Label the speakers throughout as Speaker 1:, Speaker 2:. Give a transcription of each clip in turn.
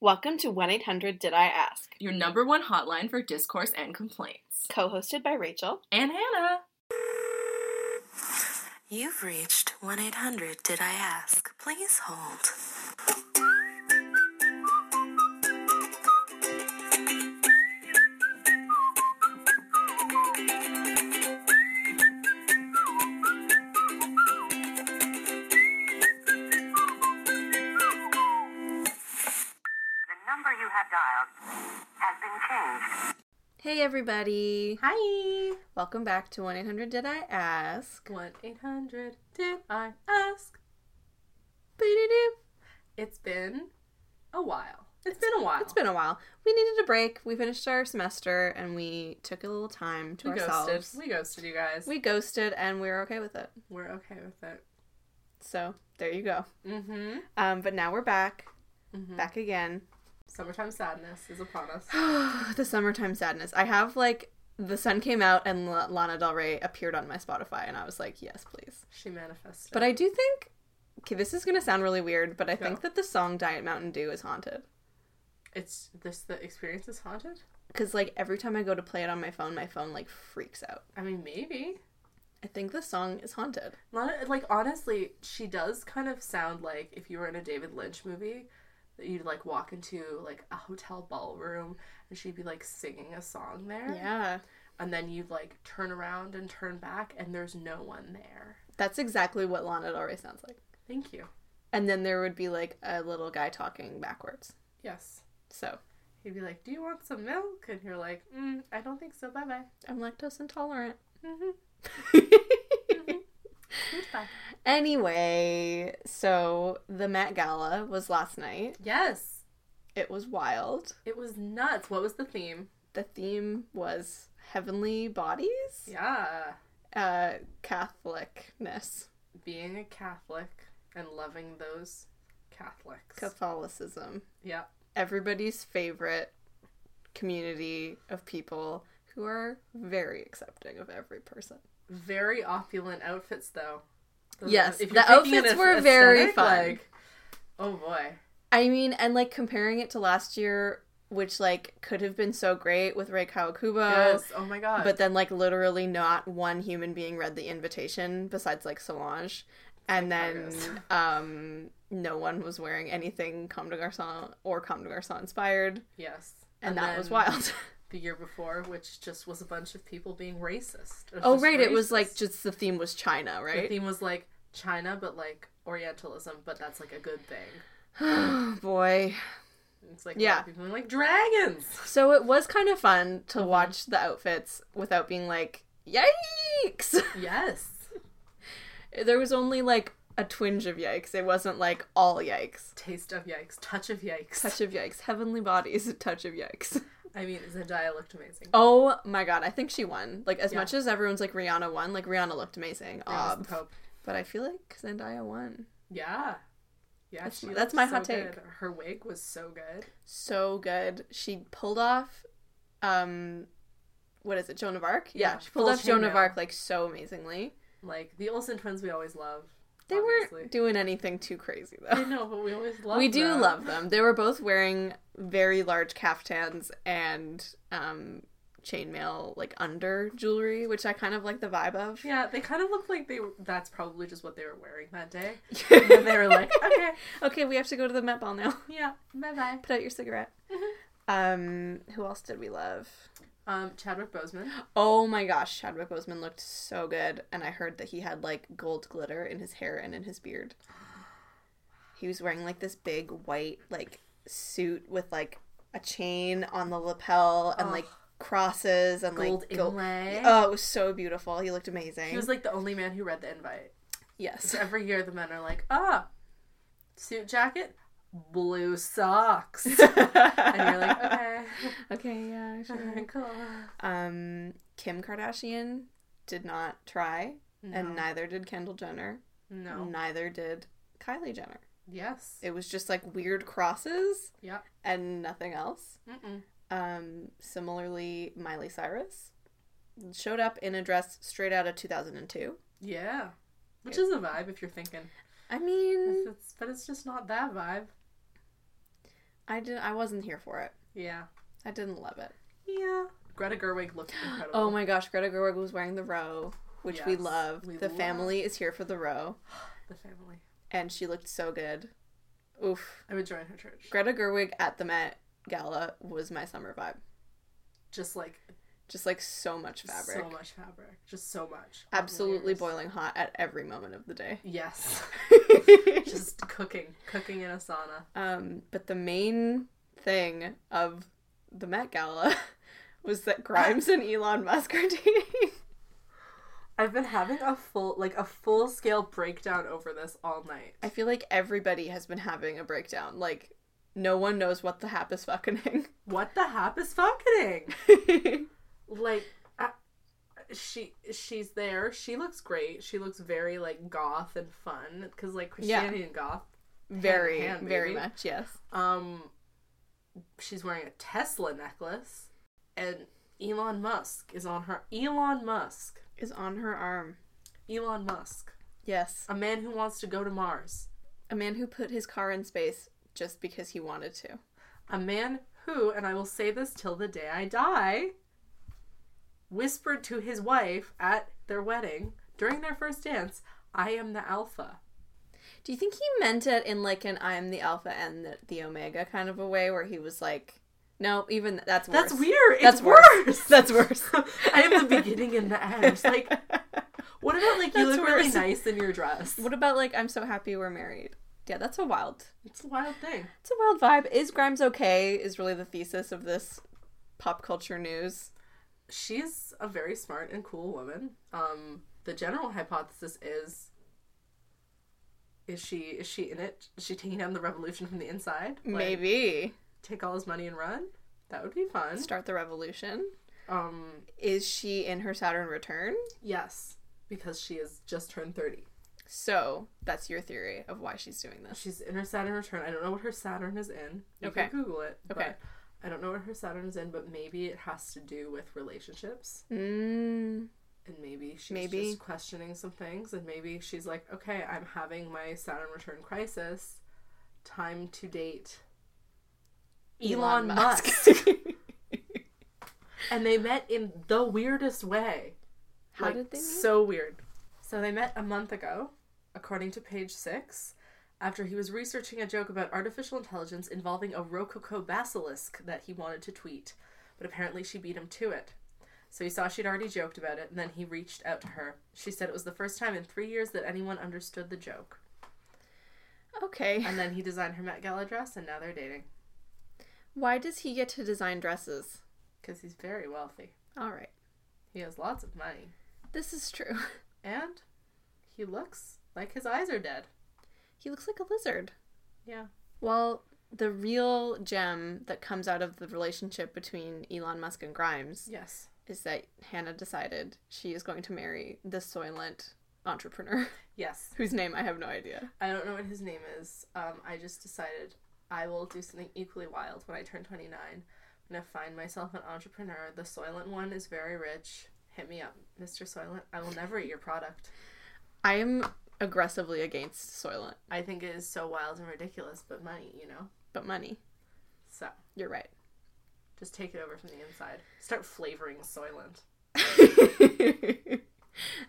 Speaker 1: Welcome to 1 800 Did I Ask,
Speaker 2: your number one hotline for discourse and complaints.
Speaker 1: co hosted by Rachel.
Speaker 2: And Hannah.
Speaker 3: You've reached 1 800 Did I Ask? Please hold.
Speaker 4: The number you have dialed has been changed.
Speaker 1: Hey, everybody.
Speaker 2: Hi.
Speaker 1: Welcome back to 1 800 Did I Ask.
Speaker 2: 1 800 Did I Ask? It's been a while. it's been a while.
Speaker 1: It's been a while. We needed a break. We finished our semester and we took a little time to
Speaker 2: we
Speaker 1: ourselves.
Speaker 2: ghosted. We ghosted you guys.
Speaker 1: We ghosted and we were okay with it.
Speaker 2: We're okay with it.
Speaker 1: So there you go.
Speaker 2: Mm hmm.
Speaker 1: Um, but now we're back,
Speaker 2: Mm-hmm.
Speaker 1: back again.
Speaker 2: Summertime sadness is upon us.
Speaker 1: the summertime sadness. I have like the sun came out and La- Lana Del Rey appeared on my Spotify, and I was like, yes, please.
Speaker 2: She manifested.
Speaker 1: But I do think okay, this is gonna sound really weird, but I
Speaker 2: Go.
Speaker 1: think that the song "Diet Mountain Dew" is haunted
Speaker 2: it's this the experience is haunted?
Speaker 1: because like every time I go to play it on my phone, my phone like freaks out.
Speaker 2: I mean, maybe.
Speaker 1: I think the song is haunted.
Speaker 2: Lana, like honestly, she does kind of sound like if you were in a David Lynch movie, that you'd like walk into like a hotel ballroom and she'd be like singing a song there.
Speaker 1: Yeah,
Speaker 2: And then you'd like turn around and turn back and there's no one there.
Speaker 1: that's exactly what Lana Del Rey sounds like.
Speaker 2: Thank you.
Speaker 1: And then there would be like a little guy talking backwards.
Speaker 2: Yes.
Speaker 1: So
Speaker 2: He'd be like, "Do you want some milk?" And you're like, mm, "I don't think so. Bye bye."
Speaker 1: I'm lactose intolerant.
Speaker 2: Mm-hmm. Goodbye.
Speaker 1: anyway, so the Met Gala was last night.
Speaker 2: Yes.
Speaker 1: It was wild.
Speaker 2: It was nuts. What was the theme?
Speaker 1: The theme was heavenly bodies,
Speaker 2: Yeah.
Speaker 1: uh, Catholicness,
Speaker 2: Being a Catholic and loving those Catholics.
Speaker 1: Catholicism.
Speaker 2: yeah.
Speaker 1: Everybody's favorite community of people who are very accepting of every person.
Speaker 2: Very opulent outfits, though. Those-
Speaker 1: Yes,
Speaker 2: if
Speaker 1: the
Speaker 2: you're taking
Speaker 1: outfits
Speaker 2: an
Speaker 1: were very
Speaker 2: aesthetic,
Speaker 1: fun.
Speaker 2: Like, oh boy,
Speaker 1: I mean, and like comparing it to last year, which like could have been so great with Rei Kawakubo.
Speaker 2: yes, oh my god.
Speaker 1: But then, like, literally, not one human being read the invitation besides like Solange, and then
Speaker 2: Hilarious.
Speaker 1: um, no one was wearing anything Comme des Garçons or Comme des Garçons inspired,
Speaker 2: yes,
Speaker 1: and, that was
Speaker 2: then
Speaker 1: wild.
Speaker 2: The year before, which just was a bunch of people being racist. It was
Speaker 1: oh,
Speaker 2: just
Speaker 1: right, it was like
Speaker 2: racist.
Speaker 1: just the theme was China,
Speaker 2: the
Speaker 1: right?
Speaker 2: theme was like China, but like Orientalism, but that's like a good thing.
Speaker 1: Oh boy.
Speaker 2: It's like
Speaker 1: Yeah.
Speaker 2: yeah, people being like dragons.
Speaker 1: So it was kind of fun
Speaker 2: Uh-huh.
Speaker 1: to watch the outfits without being like, yikes.
Speaker 2: Yes,
Speaker 1: there was only like a twinge of yikes. It wasn't like all yikes.
Speaker 2: taste of yikes, touch of yikes.
Speaker 1: Touch of yikes. Heavenly bodies. Touch of yikes.
Speaker 2: I mean, Zendaya looked amazing.
Speaker 1: Oh my god, I think she won. Like as
Speaker 2: Yeah.
Speaker 1: much as everyone's like Rihanna won, like Rihanna looked amazing.
Speaker 2: There was the
Speaker 1: ob.
Speaker 2: Pope.
Speaker 1: But I feel like Zendaya won.
Speaker 2: Yeah. Yeah,
Speaker 1: That's
Speaker 2: she
Speaker 1: my- that's
Speaker 2: looked
Speaker 1: my hot
Speaker 2: so
Speaker 1: take.
Speaker 2: good. Her wig was so good.
Speaker 1: So good. She pulled off um what is it, Joan of Arc? Yeah,
Speaker 2: Yeah,
Speaker 1: she pulled
Speaker 2: full
Speaker 1: off Joan of
Speaker 2: chainmail.
Speaker 1: Arc like so amazingly.
Speaker 2: Like the Olsen twins, we always love.
Speaker 1: They
Speaker 2: obviously.
Speaker 1: weren't doing anything too crazy
Speaker 2: I
Speaker 1: though.
Speaker 2: know, but we always love.
Speaker 1: We do
Speaker 2: them.
Speaker 1: love them. They were both wearing very large caftans and um chainmail like under jewelry, which I kind of like the vibe of.
Speaker 2: Yeah, they kind of looked like they. Were, that's probably just what they were wearing that day. And then they were like, okay,
Speaker 1: okay, we have to go to the Met Ball now.
Speaker 2: yeah, bye bye.
Speaker 1: Put out your cigarette.
Speaker 2: Mm-hmm.
Speaker 1: Um, who else did we love?
Speaker 2: Um, Chadwick Boseman.
Speaker 1: Oh my gosh, Chadwick Boseman looked so good, and I heard that he had like gold glitter in his hair and in his beard. He was wearing like this big white like suit with like a chain on the lapel and like crosses and
Speaker 2: Gold
Speaker 1: like gold-
Speaker 2: inlay.
Speaker 1: Oh, it was so beautiful. He looked amazing.
Speaker 2: He was like the only man who read the invite.
Speaker 1: yes.
Speaker 2: So every year the men are like, ah, suit jacket, blue socks, and you're like, okay,
Speaker 1: okay, yeah. sure.
Speaker 2: Uh-huh. cool.
Speaker 1: Um, Kim Kardashian did not try, and neither did Kendall Jenner.
Speaker 2: No.
Speaker 1: Neither did Kylie Jenner.
Speaker 2: Yes.
Speaker 1: It was just like weird crosses
Speaker 2: yeah.
Speaker 1: and nothing else.
Speaker 2: Mm-mm.
Speaker 1: Um, similarly, Miley Cyrus showed up in a dress straight out of 2002.
Speaker 2: Yeah. Which is a vibe if you're thinking.
Speaker 1: Mm-hmm. I mean,
Speaker 2: It's- but it's just not that vibe.
Speaker 1: I didn't. I wasn't here for it.
Speaker 2: Yeah.
Speaker 1: I didn't love it.
Speaker 2: Yeah. Greta Gerwig looked incredible.
Speaker 1: Oh my gosh, Greta Gerwig was wearing the row, which we
Speaker 2: Yes,
Speaker 1: love.
Speaker 2: we
Speaker 1: the
Speaker 2: love.
Speaker 1: family is here for the row,
Speaker 2: The family.
Speaker 1: and she looked so good. Oof.
Speaker 2: I would join her church.
Speaker 1: Greta Gerwig at the Met Gala was my summer vibe.
Speaker 2: Just like
Speaker 1: Just like so much fabric.
Speaker 2: so much fabric. Just so much.
Speaker 1: Absolutely
Speaker 2: Layers.
Speaker 1: boiling hot at every moment of the day.
Speaker 2: Yes. Just cooking. Cooking in a sauna.
Speaker 1: um, but the main thing of the Met Gala was that Grimes and Elon Musk are dating.
Speaker 2: I've been having a full like a full scale breakdown over this all night.
Speaker 1: I feel like everybody has been having a breakdown. Like, no one knows what the hap is fucking.
Speaker 2: What the hap is fucking? like I, she she's there. She looks great. She looks very like goth and fun because like
Speaker 1: Yeah.
Speaker 2: Christianity and goth.
Speaker 1: very,
Speaker 2: Hand in hand,
Speaker 1: very
Speaker 2: baby.
Speaker 1: much, yes.
Speaker 2: Um, she's wearing a Tesla necklace, and Elon Musk is on her. Elon Musk.
Speaker 1: Is on her arm.
Speaker 2: Elon Musk,
Speaker 1: Yes.
Speaker 2: a man who wants to go to Mars,
Speaker 1: A man who put his car in space just because he wanted to.
Speaker 2: a man who, and I will say this till the day I die, whispered to his wife at their wedding during their first dance, "I am the alpha."
Speaker 1: Do you think he meant it in like an I'm the alpha and the, the omega kind of a way where he was like, no, even th- that's worse.
Speaker 2: That's weird. It's
Speaker 1: That's
Speaker 2: worse.
Speaker 1: worse. that's worse.
Speaker 2: I am the beginning and the end. Like, what about like you
Speaker 1: That's
Speaker 2: look really
Speaker 1: worse.
Speaker 2: nice in your dress?
Speaker 1: What about like I'm so happy we're married? Yeah, that's a wild.
Speaker 2: It's a wild thing.
Speaker 1: It's a wild vibe. Is Grimes okay? Is really the thesis of this pop culture news.
Speaker 2: she's a very smart and cool woman. Um, the general hypothesis is is she is she in it? Is she taking down the revolution from the inside? Like,
Speaker 1: Maybe
Speaker 2: take all his money and run. That would be fun.
Speaker 1: start the revolution.
Speaker 2: Um,
Speaker 1: Is she in her Saturn return?
Speaker 2: yes, because she has just turned thirty.
Speaker 1: So that's your theory of why she's doing this.
Speaker 2: She's in her Saturn return. I don't know what her Saturn is in. You
Speaker 1: Okay.
Speaker 2: can Google it.
Speaker 1: Okay.
Speaker 2: but I don't know what her Saturn is in, but maybe it has to do with relationships.
Speaker 1: Mm,
Speaker 2: and maybe she's
Speaker 1: Maybe.
Speaker 2: just questioning some things and maybe she's like okay i'm having my saturn return crisis time to date elon, musk, and they met in the weirdest way
Speaker 1: How did they meet?
Speaker 2: so weird so they met a month ago according to page six after he was researching a joke about artificial intelligence involving a rococo basilisk that he wanted to tweet but apparently she beat him to it so he saw she'd already joked about it, and then he reached out to her. She said it was the first time in three years that anyone understood the joke.
Speaker 1: okay.
Speaker 2: And then he designed her Met Gala dress, and now they're dating.
Speaker 1: Why does he get to design dresses?
Speaker 2: Because he's very wealthy.
Speaker 1: All right.
Speaker 2: He has lots of money.
Speaker 1: This is true.
Speaker 2: And he looks like his eyes are dead.
Speaker 1: He looks like a lizard.
Speaker 2: Yeah.
Speaker 1: Well, the real gem that comes out of the relationship between Elon Musk and Grimes
Speaker 2: Yes.
Speaker 1: is that Hannah decided she is going to marry the Soylent entrepreneur,
Speaker 2: Yes.
Speaker 1: whose name I have no idea.
Speaker 2: I don't know what his name is. Um, I just decided I will do something equally wild when I turn 29. I'm going to find myself an entrepreneur. The Soylent one is very rich. Hit me up, Mr. Soylent. I will never eat your product.
Speaker 1: I am aggressively against Soylent,
Speaker 2: I think it is so wild and ridiculous, but money, you know?
Speaker 1: but money.
Speaker 2: So
Speaker 1: You're right.
Speaker 2: just take it over from the inside. Start flavoring Soylent.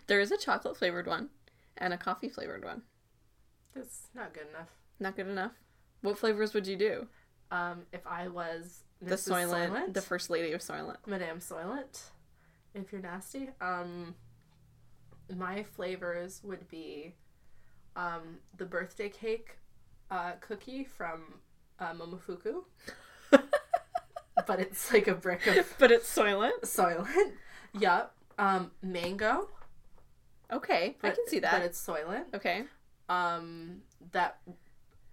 Speaker 1: there is a chocolate flavored one and a coffee flavored one.
Speaker 2: That's not good enough.
Speaker 1: Not good enough. What flavors would you do?
Speaker 2: Um, if I was Mrs.
Speaker 1: The Soylent, the first lady of Soylent.
Speaker 2: Madame Soylent, if you're nasty, um, my flavors would be um, the birthday cake uh, cookie from uh, Momofuku, but it's like a brick of
Speaker 1: But it's Soylent.
Speaker 2: Soylent. Yup. Um, mango.
Speaker 1: Okay, I
Speaker 2: but-
Speaker 1: can see
Speaker 2: But
Speaker 1: that.
Speaker 2: it's Soylent.
Speaker 1: Okay.
Speaker 2: um that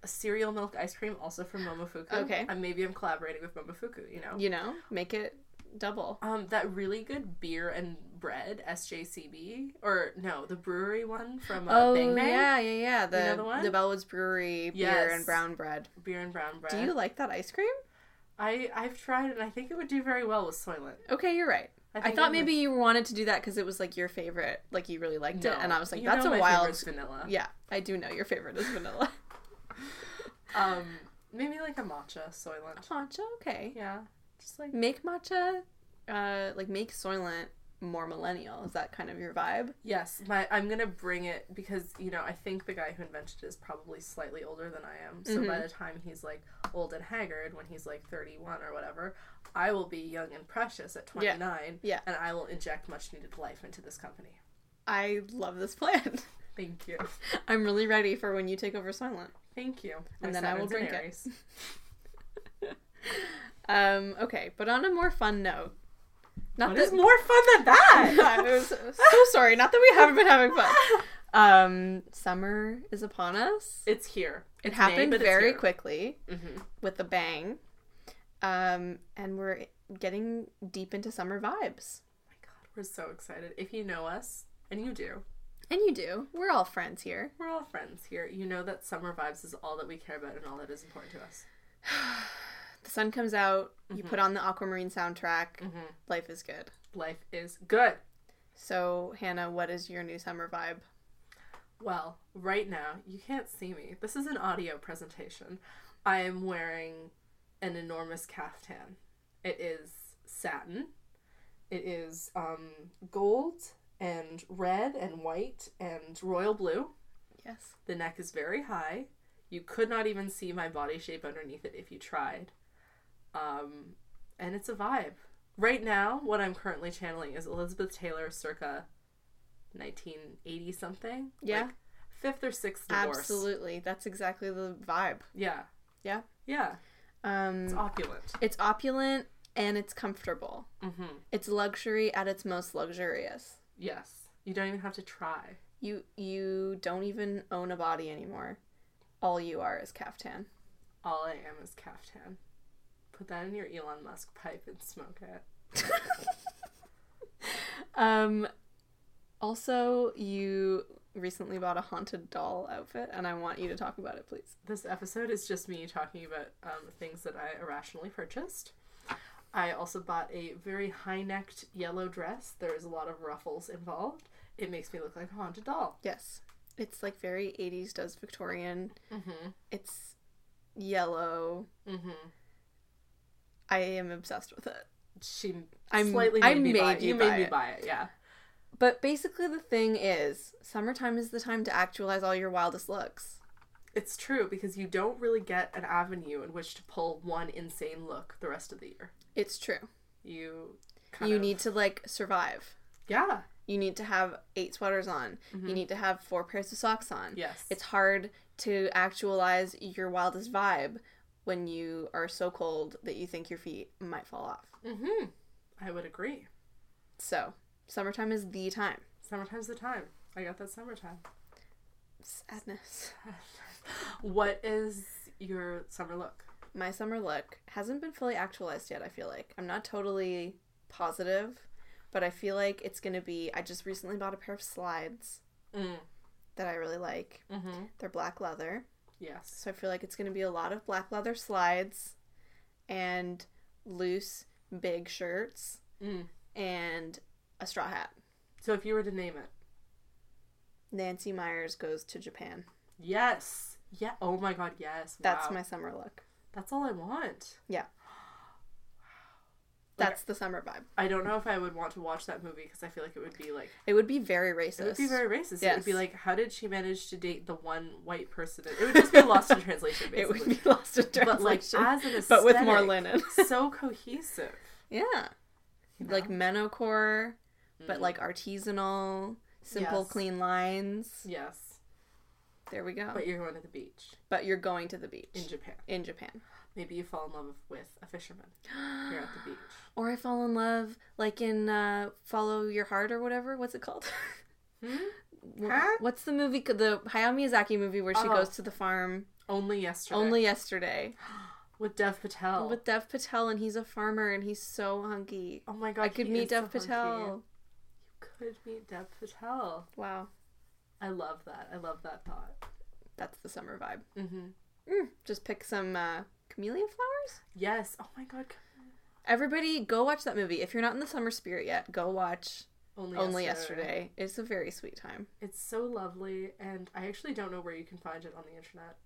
Speaker 2: cereal milk ice cream also from Momofuku.
Speaker 1: Okay.
Speaker 2: And maybe I'm collaborating with Momofuku, you know.
Speaker 1: You know, make it double.
Speaker 2: Um that really good beer and bread SJCB or no, the brewery one from uh,
Speaker 1: oh
Speaker 2: Bang Bang.
Speaker 1: yeah, yeah, yeah. The
Speaker 2: know the one?
Speaker 1: the Bellwoods Brewery beer
Speaker 2: Yes.
Speaker 1: and brown bread.
Speaker 2: Beer and brown bread.
Speaker 1: Do you like that ice cream?
Speaker 2: I I've tried it and I think it would do very well with Soylent.
Speaker 1: Okay, you're right.
Speaker 2: I
Speaker 1: I,
Speaker 2: think
Speaker 1: thought
Speaker 2: it would-
Speaker 1: maybe you wanted to do that because it was like your favorite, like you really liked it, and I was like,
Speaker 2: You
Speaker 1: that's
Speaker 2: know
Speaker 1: a
Speaker 2: my
Speaker 1: wild.
Speaker 2: favorite's vanilla.
Speaker 1: Yeah, I do know your favorite is vanilla.
Speaker 2: Um Maybe like a matcha soylent.
Speaker 1: Matcha, okay.
Speaker 2: Yeah. Just like
Speaker 1: Make matcha, uh, like make Soylent more millennial. Is that kind of your vibe?
Speaker 2: Yes, my I'm gonna bring it because you know I think the guy who invented it is probably slightly older than I am. So
Speaker 1: Mm-hmm.
Speaker 2: by the time he's like old and haggard, when he's like 31 or whatever, I will be young and precious at 29.
Speaker 1: Yeah.
Speaker 2: and I will inject much needed life into this company.
Speaker 1: I love this plan.
Speaker 2: Thank you,
Speaker 1: I'm really ready for when you take over Soylent.
Speaker 2: thank you.
Speaker 1: And then I will drink it.
Speaker 2: it.
Speaker 1: Um, okay, but on a more fun note, not
Speaker 2: What
Speaker 1: that
Speaker 2: is more fun than that?
Speaker 1: I was so sorry. Not that we haven't been having fun. Um, summer is upon us.
Speaker 2: it's here.
Speaker 1: It
Speaker 2: It's May,
Speaker 1: happened
Speaker 2: but it's
Speaker 1: very
Speaker 2: here. Mm-hmm.
Speaker 1: quickly with a bang, um, and we're getting deep into summer vibes.
Speaker 2: Oh my God, we're so excited. If you know us, and you do,
Speaker 1: And you do. We're all friends here.
Speaker 2: we're all friends here. You know that summer vibes is all that we care about and all that is important to us.
Speaker 1: The sun comes out.
Speaker 2: Mm-hmm.
Speaker 1: You put on the Aquamarine soundtrack. Life is good.
Speaker 2: Life is good.
Speaker 1: So, Hannah, what is your new summer vibe?
Speaker 2: Well, right now, you can't see me. This is an audio presentation. I am wearing an enormous caftan. It is satin. It is um, gold and red and white and royal blue.
Speaker 1: Yes.
Speaker 2: The neck is very high. You could not even see my body shape underneath it if you tried. Um, and it's a vibe. Right now, what I'm currently channeling is Elizabeth Taylor circa 1980 something.
Speaker 1: Yeah.
Speaker 2: Like, fifth or sixth divorce.
Speaker 1: Absolutely. That's exactly the vibe.
Speaker 2: Yeah.
Speaker 1: Yeah.
Speaker 2: Yeah.
Speaker 1: Um,
Speaker 2: It's opulent.
Speaker 1: It's opulent and it's comfortable. It's luxury at its most luxurious.
Speaker 2: Yes. You don't even have to try.
Speaker 1: You you don't even own a body anymore. All you are is caftan.
Speaker 2: All I am is caftan. Put that in your Elon Musk pipe and smoke it.
Speaker 1: Um also you recently bought a haunted doll outfit and I want you to talk about it, please.
Speaker 2: This episode is just me talking about um, things that I irrationally purchased. I also bought a very high necked yellow dress. There is a lot of ruffles involved. It makes me look like a haunted doll.
Speaker 1: Yes. It's like very 80s does Victorian. It's yellow. I am obsessed with it.
Speaker 2: She
Speaker 1: I m-
Speaker 2: slightly made
Speaker 1: I
Speaker 2: me buy
Speaker 1: made
Speaker 2: it.
Speaker 1: you
Speaker 2: You made
Speaker 1: buy
Speaker 2: me
Speaker 1: it.
Speaker 2: buy it, yeah.
Speaker 1: But basically, the thing is, summertime is the time to actualize all your wildest looks.
Speaker 2: It's true because you don't really get an avenue in which to pull one insane look the rest of the year.
Speaker 1: It's true.
Speaker 2: You kind
Speaker 1: you
Speaker 2: of-
Speaker 1: need to like survive.
Speaker 2: yeah
Speaker 1: You need to have eight sweaters on. You need to have four pairs of socks on.
Speaker 2: Mm-hmm. yes
Speaker 1: It's hard to actualize your wildest vibe when you are so cold that you think your feet might fall off. Mm-hmm.
Speaker 2: hmm I would agree.
Speaker 1: So, summertime is the time.
Speaker 2: Summertime's the time. I got that summertime.
Speaker 1: Sadness.
Speaker 2: What is your summer look?
Speaker 1: My summer look hasn't been fully actualized yet, I feel like. I'm not totally positive, but I feel like it's going to be. I just recently bought a pair of slides that I really like.
Speaker 2: Mm. Mm-hmm.
Speaker 1: They're black leather.
Speaker 2: Yes.
Speaker 1: So I feel like it's going to be a lot of black leather slides and loose, big shirts
Speaker 2: Mm.
Speaker 1: and a straw hat.
Speaker 2: So if you were to name it,
Speaker 1: Nancy Myers goes to Japan.
Speaker 2: yes, yeah. Oh my God, yes.
Speaker 1: That's
Speaker 2: Wow.
Speaker 1: my summer look.
Speaker 2: That's all I want.
Speaker 1: Yeah. That's the summer vibe.
Speaker 2: I don't know if I would want to watch that movie because I feel like it would be like
Speaker 1: It would be very racist.
Speaker 2: it would be very racist. It would be
Speaker 1: Yes.
Speaker 2: like, how did she manage to date the one white person? It would just be lost in translation.
Speaker 1: It
Speaker 2: Basically.
Speaker 1: would be lost in translation.
Speaker 2: But like as an
Speaker 1: but with more
Speaker 2: aesthetic,
Speaker 1: linen.
Speaker 2: so cohesive.
Speaker 1: yeah. Like menocore, but like artisanal, simple,
Speaker 2: Mm. Yes.
Speaker 1: clean lines.
Speaker 2: Yes.
Speaker 1: There we go. But
Speaker 2: But
Speaker 1: you're,
Speaker 2: you're going to the beach
Speaker 1: going to the beach
Speaker 2: in Japan.
Speaker 1: in Japan.
Speaker 2: Maybe you fall in love with a fisherman. You're at the beach.
Speaker 1: Or I fall in love, like in uh, Follow Your Heart or whatever. What's it called? Wha-
Speaker 2: Huh?
Speaker 1: What's the movie? The Hayao Miyazaki movie where she
Speaker 2: Oh.
Speaker 1: goes to the farm
Speaker 2: Only yesterday.
Speaker 1: only yesterday
Speaker 2: with Dev Patel.
Speaker 1: with Dev Patel, and he's a farmer and he's so hunky.
Speaker 2: oh my god,
Speaker 1: I could
Speaker 2: he
Speaker 1: meet
Speaker 2: is so
Speaker 1: Dev Patel.
Speaker 2: hunky. Could meet Dev Patel.
Speaker 1: Wow,
Speaker 2: I love that. I love that thought.
Speaker 1: that's the summer vibe.
Speaker 2: Mm-hmm.
Speaker 1: Mm, just pick some uh, camellia flowers.
Speaker 2: Yes. Oh my god.
Speaker 1: Everybody, go watch that movie. If you're not in the summer spirit yet, go watch
Speaker 2: Only,
Speaker 1: Only Yesterday. It's a very sweet time.
Speaker 2: It's so lovely, and I actually don't know where you can find it on the internet.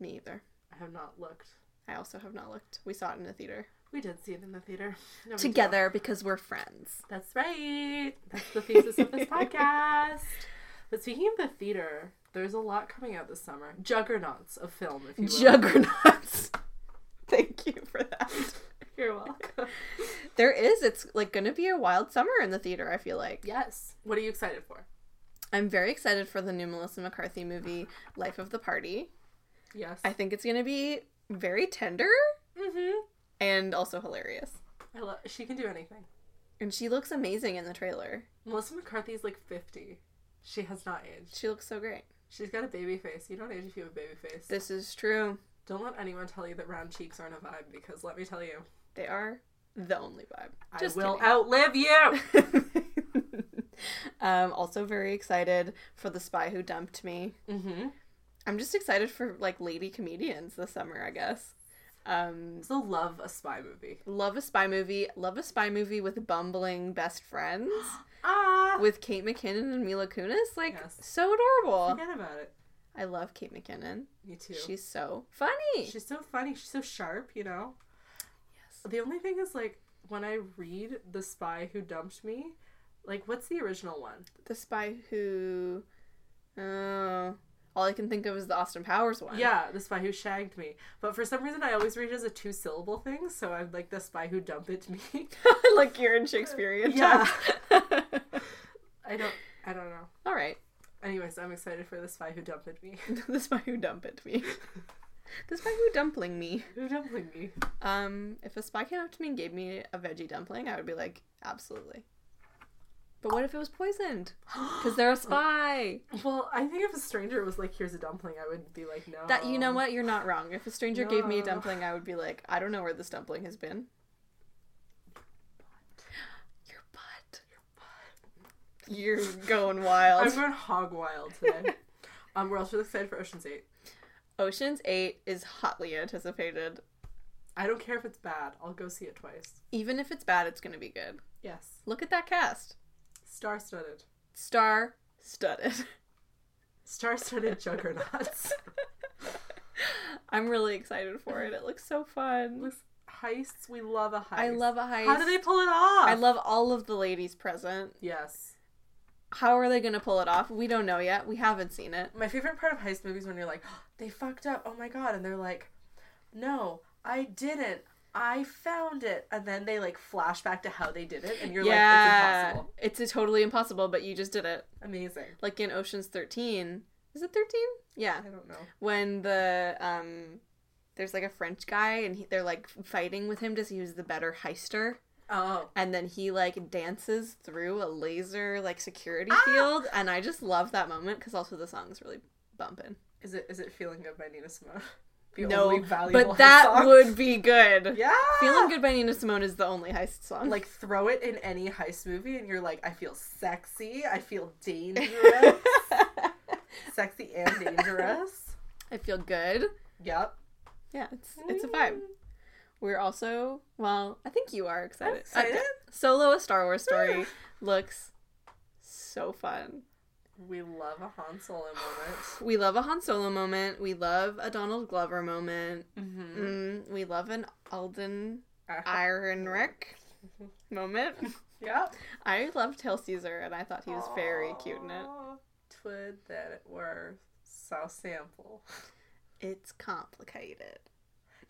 Speaker 1: Me either.
Speaker 2: I have not looked.
Speaker 1: I also have not looked. We saw it in the theater
Speaker 2: We did see it in the theater. No big deal.
Speaker 1: together because we're friends.
Speaker 2: That's right. That's the thesis of this podcast. But speaking of the theater, there's a lot coming out this summer. Juggernauts of film, if you will.
Speaker 1: Juggernauts. Thank you for that.
Speaker 2: You're welcome.
Speaker 1: There is. It's like going to be a wild summer in the theater. I feel like.
Speaker 2: yes. What are you excited for?
Speaker 1: I'm very excited for the new Melissa McCarthy movie, Life of the Party.
Speaker 2: Yes.
Speaker 1: I think it's going to be very tender
Speaker 2: mm-hmm.
Speaker 1: and also hilarious.
Speaker 2: I love. She can do anything.
Speaker 1: And she looks amazing in the trailer.
Speaker 2: Melissa McCarthy's like 50. She has not aged.
Speaker 1: She looks so great.
Speaker 2: She's got a baby face. You don't age if you have a baby face.
Speaker 1: This is true.
Speaker 2: Don't let anyone tell you that round cheeks aren't a vibe because let me tell you,
Speaker 1: They are the only vibe.
Speaker 2: I will outlive you.
Speaker 1: kidding. um, also very excited for the spy who dumped me.
Speaker 2: mm-hmm.
Speaker 1: I'm just excited for like lady comedians this summer, I guess. Um,
Speaker 2: So love a spy movie.
Speaker 1: love a spy movie. Love a spy movie with bumbling best friends
Speaker 2: Ah.
Speaker 1: with Kate McKinnon and Mila Kunis. Like
Speaker 2: Yes.
Speaker 1: so adorable.
Speaker 2: Forget about it.
Speaker 1: I love Kate McKinnon.
Speaker 2: Me too.
Speaker 1: She's so funny.
Speaker 2: She's so funny. She's so sharp, you know? Yes. The only thing is, like, when I read The Spy Who Dumped Me, like, what's the original one?
Speaker 1: the spy who, uh, all I can think of is the Austin Powers one.
Speaker 2: Yeah, The Spy Who Shagged Me. But for some reason, I always read it as a two syllable thing, so I'm like, The Spy Who Dumped It Me.
Speaker 1: like you're in Shakespearean.
Speaker 2: Yeah.
Speaker 1: times.
Speaker 2: I don't, I don't know.
Speaker 1: all right.
Speaker 2: Anyways, I'm excited for The Spy Who Dumped Me.
Speaker 1: the spy who dumped me. the spy who dumpling me.
Speaker 2: Who dumped me?
Speaker 1: Um, if a spy came up to me and gave me a veggie dumpling, I would be like, absolutely. But what if it was poisoned? Because they're a spy.
Speaker 2: Well, I think if a stranger was like, Here's a dumpling, I would be like, No.
Speaker 1: That you know what? You're not wrong. If a stranger gave me a
Speaker 2: No.
Speaker 1: dumpling, I would be like, I don't know where this dumpling has been. Your butt. Your butt. You're going wild.
Speaker 2: I'm going hog wild today. um, we're also excited for Ocean's 8.
Speaker 1: Ocean's Eight is hotly anticipated.
Speaker 2: I don't care if it's bad. I'll go see it twice.
Speaker 1: Even if it's bad, it's gonna be good.
Speaker 2: Yes.
Speaker 1: Look at that cast.
Speaker 2: Star studded.
Speaker 1: Star studded.
Speaker 2: Star studded juggernauts.
Speaker 1: I'm really excited for it. It looks so fun.
Speaker 2: Looks- heists. We love a heist.
Speaker 1: I love a heist.
Speaker 2: How do they pull it off?
Speaker 1: I love all of the ladies present.
Speaker 2: Yes.
Speaker 1: How are they gonna pull it off? We don't know yet. We haven't seen it.
Speaker 2: My favorite part of heist movies when you're like, they fucked up. Oh my god. And they're like, no, I didn't. I found it. And then they like flash back to how they did it. And you're like, it's impossible.
Speaker 1: it's, a totally impossible, but you just did it.
Speaker 2: Amazing.
Speaker 1: Like in Ocean's Thirteen, is it Thirteen? Yeah,
Speaker 2: I don't know.
Speaker 1: when the um, there's like a French guy, and he, they're like fighting with him to see who's the better heister.
Speaker 2: Oh.
Speaker 1: and then he like dances through a laser like security
Speaker 2: Ah!
Speaker 1: field and i just love that moment because also the song's really bumping
Speaker 2: Is it is it Feeling Good by Nina Simone?
Speaker 1: no
Speaker 2: Heist
Speaker 1: but that
Speaker 2: song?
Speaker 1: would be good
Speaker 2: Yeah.
Speaker 1: feeling good by nina simone is the only heist song
Speaker 2: Ah. like throw it in any heist movie and you're like i feel sexy i feel dangerous sexy and dangerous
Speaker 1: i feel good
Speaker 2: yep
Speaker 1: yeah it's it's a
Speaker 2: Mm.
Speaker 1: vibe we're also well i think you are excited,
Speaker 2: excited.
Speaker 1: Okay. solo a star wars story looks so fun
Speaker 2: we love a han solo moment
Speaker 1: we love a han solo moment we love a donald glover moment
Speaker 2: mm-hmm.
Speaker 1: mm, we love an alden Iron Rick moment.
Speaker 2: yep
Speaker 1: I loved Hail Caesar and I thought he was very cute in it.
Speaker 2: Aw, twid that it were South Sample.
Speaker 1: It's complicated.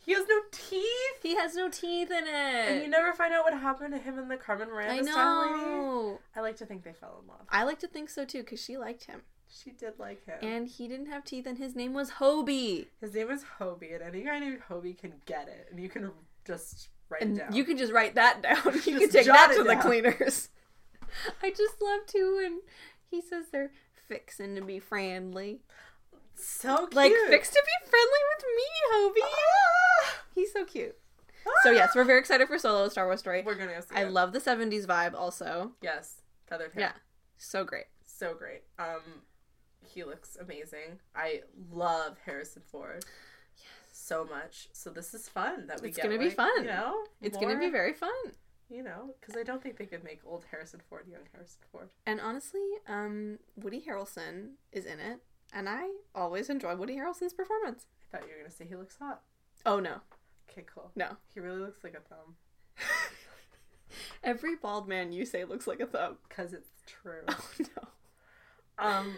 Speaker 2: He has no teeth,
Speaker 1: He has no teeth in it.
Speaker 2: and you never find out what happened to him and the Carmen
Speaker 1: I
Speaker 2: Miranda style lady.
Speaker 1: know.
Speaker 2: I like to think they fell in love.
Speaker 1: I like to think so too because she liked him.
Speaker 2: She did like him.
Speaker 1: And he didn't have teeth and his name was Hobie.
Speaker 2: His name is Hobie, and any guy named Hobie can get it, and you can just write it
Speaker 1: And
Speaker 2: down.
Speaker 1: you can just write that down. You can
Speaker 2: Just
Speaker 1: take
Speaker 2: jot
Speaker 1: that
Speaker 2: it
Speaker 1: to the
Speaker 2: down.
Speaker 1: cleaners. I just love to and he says they're fixing to be friendly.
Speaker 2: so cute. Ah!
Speaker 1: Like fixed to be friendly with me, Hobie. He's so cute. So yes, we're very excited for Solo: A Star Wars Story.
Speaker 2: we're gonna go see
Speaker 1: I
Speaker 2: it.
Speaker 1: love the '70s vibe. Also,
Speaker 2: yes, feathered hair.
Speaker 1: yeah, so great.
Speaker 2: so great. Um, he looks amazing. I love Harrison Ford. So much. So this is fun that we
Speaker 1: It's
Speaker 2: get.
Speaker 1: gonna be
Speaker 2: like,
Speaker 1: fun.
Speaker 2: You know,
Speaker 1: It's
Speaker 2: more-
Speaker 1: gonna be very fun.
Speaker 2: You know, because I don't think they could make old Harrison Ford young Harrison Ford.
Speaker 1: And honestly, um, Woody Harrelson is in it, and I always enjoy Woody Harrelson's performance.
Speaker 2: I thought you were gonna say he looks hot.
Speaker 1: Oh no,
Speaker 2: Okay, cool.
Speaker 1: No.
Speaker 2: He really looks like a thumb.
Speaker 1: Every bald man you say looks like a thumb.
Speaker 2: Because it's true.
Speaker 1: no.
Speaker 2: um,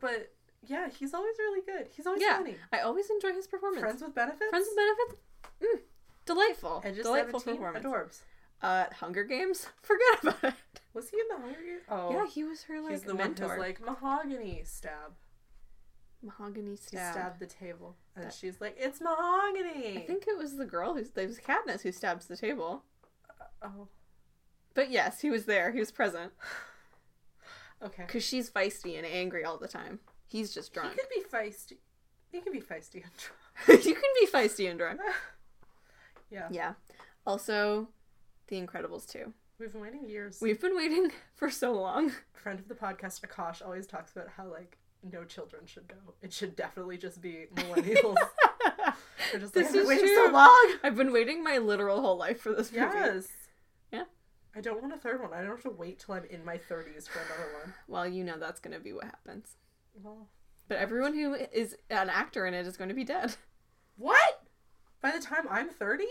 Speaker 2: but yeah, he's always really good. He's always
Speaker 1: Yeah.
Speaker 2: funny.
Speaker 1: I always enjoy his performance.
Speaker 2: Friends with benefits?
Speaker 1: Friends with benefits? Mm, delightful.
Speaker 2: Edge of
Speaker 1: delightful
Speaker 2: 17,
Speaker 1: performance.
Speaker 2: Adorbs.
Speaker 1: Uh, Hunger Games? Forget about it.
Speaker 2: Was he in the Hunger Games? Oh.
Speaker 1: Yeah, he was her like
Speaker 2: he's the
Speaker 1: mentor.
Speaker 2: one who's like, mahogany stab.
Speaker 1: mahogany
Speaker 2: He
Speaker 1: stab.
Speaker 2: stabbed the table. And
Speaker 1: That-
Speaker 2: she's like, it's mahogany!
Speaker 1: I think it was the girl who's it was Katniss who stabs the table.
Speaker 2: Oh,
Speaker 1: But yes, he was there. He was present
Speaker 2: okay.
Speaker 1: because she's feisty and angry all the time. He's just
Speaker 2: He
Speaker 1: drunk.
Speaker 2: could be feisty. He could be feisty and drunk.
Speaker 1: you can be feisty and drunk.
Speaker 2: Yeah.
Speaker 1: Yeah. Also, The Incredibles too.
Speaker 2: We've been waiting years.
Speaker 1: We've been waiting for so long.
Speaker 2: friend of the podcast Akash always talks about how like no children should go. It should definitely just be millennials. They're just
Speaker 1: This
Speaker 2: like, "I've been
Speaker 1: is
Speaker 2: waiting
Speaker 1: true."
Speaker 2: so long.
Speaker 1: I've been waiting my literal whole life for this movie.
Speaker 2: Yes.
Speaker 1: Yeah.
Speaker 2: I don't want a third one. I don't have to wait till I'm in my thirties for another one.
Speaker 1: Well, you know that's going to be what happens.
Speaker 2: Well,
Speaker 1: But everyone who is an actor in it is going to be dead.
Speaker 2: what? By the time I'm thirty,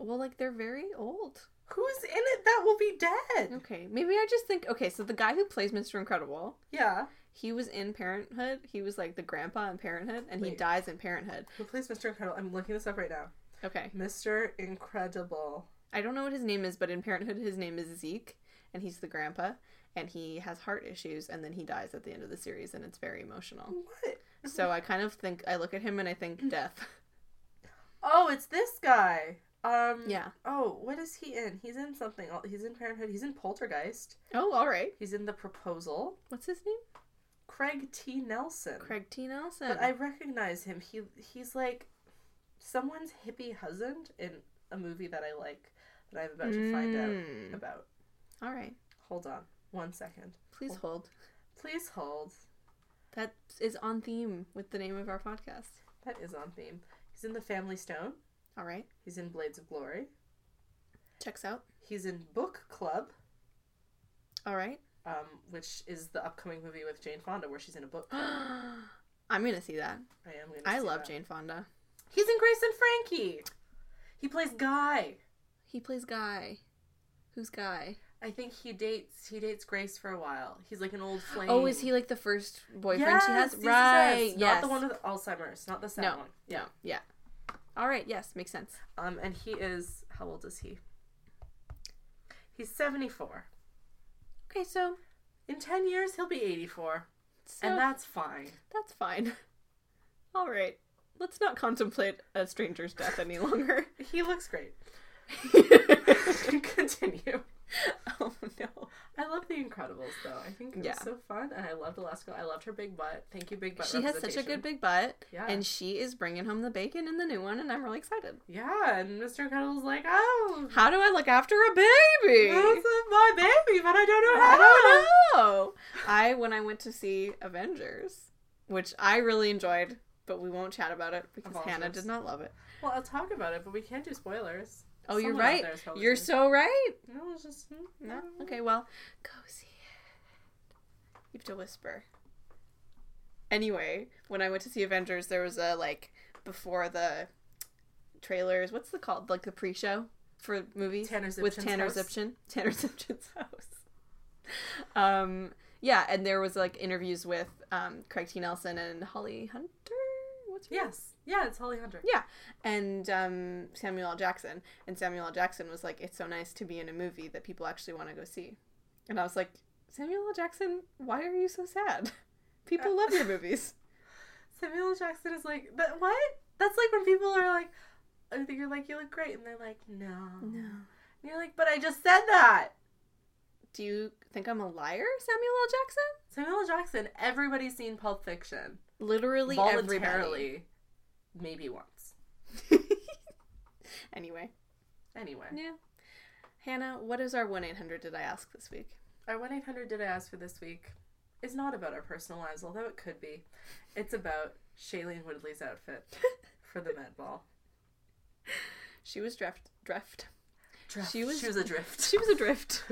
Speaker 1: Well, like they're very old.
Speaker 2: who's in it that will be dead?
Speaker 1: Okay, maybe I just think okay, so the guy who plays Mr. Incredible,
Speaker 2: Yeah.
Speaker 1: he was in Parenthood. He was like the grandpa in Parenthood and he
Speaker 2: Wait.
Speaker 1: dies in Parenthood.
Speaker 2: Who plays Mr. Incredible? I'm looking this up right now.
Speaker 1: Okay.
Speaker 2: Mr. Incredible.
Speaker 1: I don't know what his name is, but in Parenthood his name is Zeke and he's the grandpa and he has heart issues and then he dies at the end of the series and it's very emotional.
Speaker 2: What?
Speaker 1: So I kind of think I look at him and I
Speaker 2: Mm.
Speaker 1: think death.
Speaker 2: Oh, it's this guy. Um.
Speaker 1: Yeah.
Speaker 2: Oh, what is he in? He's in something. el- He's in Parenthood. He's in Poltergeist.
Speaker 1: Oh, all right.
Speaker 2: He's in The Proposal.
Speaker 1: What's his name?
Speaker 2: Craig T. Nelson.
Speaker 1: Craig T. Nelson.
Speaker 2: Mm. But I recognize him. He he's like someone's hippie husband in a movie that I like that I'm about to find out
Speaker 1: Mm.
Speaker 2: about.
Speaker 1: All right.
Speaker 2: Hold on, one second.
Speaker 1: Please hold.
Speaker 2: Please hold.
Speaker 1: That is on theme with the name of our podcast.
Speaker 2: That is on theme. He's in The Family Stone.
Speaker 1: All right.
Speaker 2: He's in Blades of Glory.
Speaker 1: Checks out.
Speaker 2: He's in Book Club,
Speaker 1: All right.
Speaker 2: um, which is the upcoming movie with Jane Fonda where she's in a book. club.
Speaker 1: I'm gonna see that.
Speaker 2: I am going
Speaker 1: I love Jane Fonda.
Speaker 2: He's in Grace and Frankie. He plays Guy.
Speaker 1: He plays Guy. Who's Guy?
Speaker 2: I think he dates he dates Grace for a while. He's like an old flame.
Speaker 1: Oh, is he like the first boyfriend
Speaker 2: yes,
Speaker 1: she has?
Speaker 2: yes,
Speaker 1: Right.
Speaker 2: yes.
Speaker 1: Yes.
Speaker 2: Not the one with Alzheimer's. Not the sad
Speaker 1: No.
Speaker 2: one. Yeah.
Speaker 1: Yeah. All right. Yes, makes sense.
Speaker 2: Um, and he is how old is he? He's seventy four.
Speaker 1: Okay, so,
Speaker 2: In ten years, he'll be eighty four,
Speaker 1: so
Speaker 2: and that's fine.
Speaker 1: that's fine. All right. Let's not contemplate a stranger's death any longer.
Speaker 2: He looks great. Continue.
Speaker 1: oh no.
Speaker 2: I love The Incredibles though. I think it
Speaker 1: Yeah.
Speaker 2: was so fun, and I loved Alaska. I loved her big butt. Thank you, big butt.
Speaker 1: She has such a
Speaker 2: representation.
Speaker 1: good big butt,
Speaker 2: Yeah.
Speaker 1: and she is bringing home the bacon in the new one, and I'm really excited.
Speaker 2: Yeah, and Mr. Incredible's like, oh,
Speaker 1: How do I look after a baby?
Speaker 2: That's my baby, but I don't know how.
Speaker 1: I don't know. I when I went to see Avengers, which I really enjoyed, but we won't chat about it because
Speaker 2: Avengers.
Speaker 1: Hannah did not love it.
Speaker 2: Well, I'll talk about it, but we can't do spoilers.
Speaker 1: Oh, you're
Speaker 2: Someone out
Speaker 1: right.
Speaker 2: there is probably
Speaker 1: You're
Speaker 2: seen
Speaker 1: so right.
Speaker 2: it. No, it's just. mm,
Speaker 1: No?
Speaker 2: I don't know.
Speaker 1: Okay, well, go see it. You have to whisper. Anyway, when I went to see Avengers, there was a like before the trailers. What's the called? Like the pre-show for movies
Speaker 2: Tanner
Speaker 1: with
Speaker 2: Zipchin's
Speaker 1: Tanner
Speaker 2: house?
Speaker 1: Zipchin. Tanner Zipchin's house. Um, yeah, and there was like interviews with um, Craig T. Nelson and Holly Hunter. What's her
Speaker 2: Yes. Yeah, it's Holly Hunter.
Speaker 1: yeah, and um, Samuel L. Jackson, and Samuel L. Jackson was like, "It's so nice to be in a movie that people actually want to go see," and I was like, "Samuel L. Jackson, why are you so sad? People love your movies."
Speaker 2: Samuel L. Jackson is like, but what? That's like when people are like, I think you're like, you look great, and they're like, no. And you're like, but I just said that.
Speaker 1: Do you think I'm a liar, Samuel L. Jackson?
Speaker 2: Samuel L. Jackson. Everybody's seen Pulp Fiction
Speaker 1: Literally, everybody.
Speaker 2: voluntarily, maybe once.
Speaker 1: Anyway,
Speaker 2: Anyway,
Speaker 1: yeah. Hannah, what is our one eight hundred? Did I ask this week?
Speaker 2: Our 1 800 Did I Ask for this week is not about our personal lives, although it could be. It's about Shailene Woodley's outfit for the Met Ball.
Speaker 1: She was drift. Drift. She
Speaker 2: She
Speaker 1: was-
Speaker 2: was, she was adrift.
Speaker 1: She was adrift.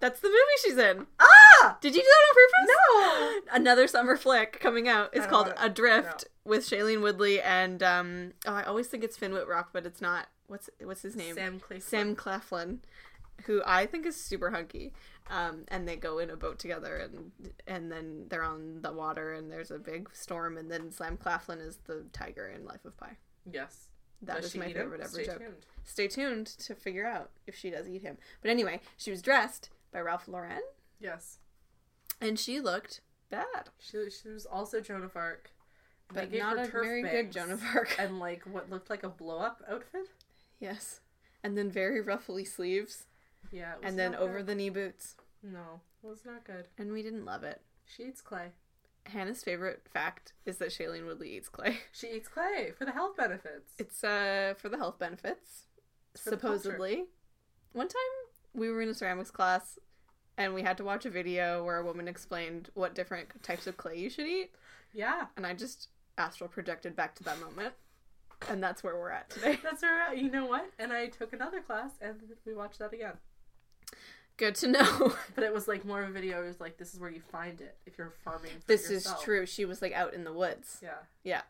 Speaker 1: That's the movie she's in.
Speaker 2: ah!
Speaker 1: Did you do that on
Speaker 2: No!
Speaker 1: purpose? No. Another summer flick coming out. It's
Speaker 2: I don't
Speaker 1: called
Speaker 2: want it.
Speaker 1: Adrift with Shailene Woodley and um. Oh, I always think it's Finn Whitrock, but it's not. what's what's his name?
Speaker 2: Sam Claflin.
Speaker 1: Sam Claflin, who I think is super hunky. Um, and they go in a boat together, and and then they're on the water, and there's a big storm, and then Sam Claflin is the tiger in Life of Pi.
Speaker 2: Yes.
Speaker 1: That
Speaker 2: Does
Speaker 1: is
Speaker 2: she
Speaker 1: my
Speaker 2: eat him?
Speaker 1: favorite ever
Speaker 2: Stay
Speaker 1: joke.
Speaker 2: tuned.
Speaker 1: Stay tuned to figure out if she does eat him. But anyway, she was dressed by Ralph Lauren,
Speaker 2: Yes.
Speaker 1: and she looked bad,
Speaker 2: She, she was also Joan of Arc. and they
Speaker 1: but
Speaker 2: gave
Speaker 1: not
Speaker 2: her
Speaker 1: a
Speaker 2: turf
Speaker 1: very good
Speaker 2: bangs
Speaker 1: Joan of Arc.
Speaker 2: And like what looked like a blow up outfit.
Speaker 1: yes, and then very ruffly sleeves,
Speaker 2: Yeah. it was
Speaker 1: and then
Speaker 2: not
Speaker 1: over
Speaker 2: good.
Speaker 1: the knee boots,
Speaker 2: No, it was not good.
Speaker 1: and we didn't love it.
Speaker 2: She eats clay.
Speaker 1: Hannah's favorite fact is that Shailene Woodley eats clay.
Speaker 2: She eats clay for the health benefits.
Speaker 1: It's uh for the health benefits,
Speaker 2: For the culture.
Speaker 1: supposedly. One time we were in a ceramics class and we had to watch a video where a woman explained what different types of clay you should eat,
Speaker 2: yeah.
Speaker 1: and I just astral projected back to that moment. And that's where we're at today.
Speaker 2: That's her. You know what? And I took another class and we watched that again.
Speaker 1: Good to know.
Speaker 2: But it was like more of a video. It was like this is where you find it if you're farming. For
Speaker 1: this
Speaker 2: yourself.
Speaker 1: is true. She was like out in the woods.
Speaker 2: Yeah.
Speaker 1: Yeah.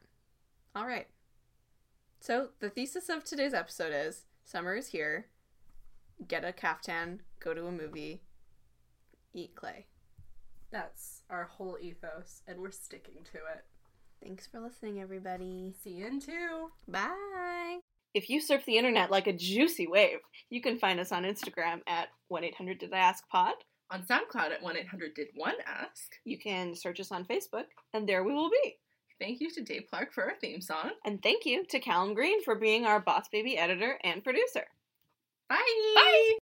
Speaker 1: All right. So the thesis of today's episode is summer is here. Get a caftan, go to a movie, eat clay.
Speaker 2: That's our whole ethos, and we're sticking to it.
Speaker 1: Thanks for listening, everybody.
Speaker 2: See you in two.
Speaker 1: Bye. If you surf the internet like a juicy wave, you can find us on Instagram at 1 800 Did I Ask Pod.
Speaker 2: On SoundCloud at 1 800 Did One Ask.
Speaker 1: You can search us on Facebook, and there we will be.
Speaker 2: Thank you to Dave Clark for our theme song.
Speaker 1: And thank you to Callum Green for being our boss baby editor and producer.
Speaker 2: Bye.
Speaker 1: Bye.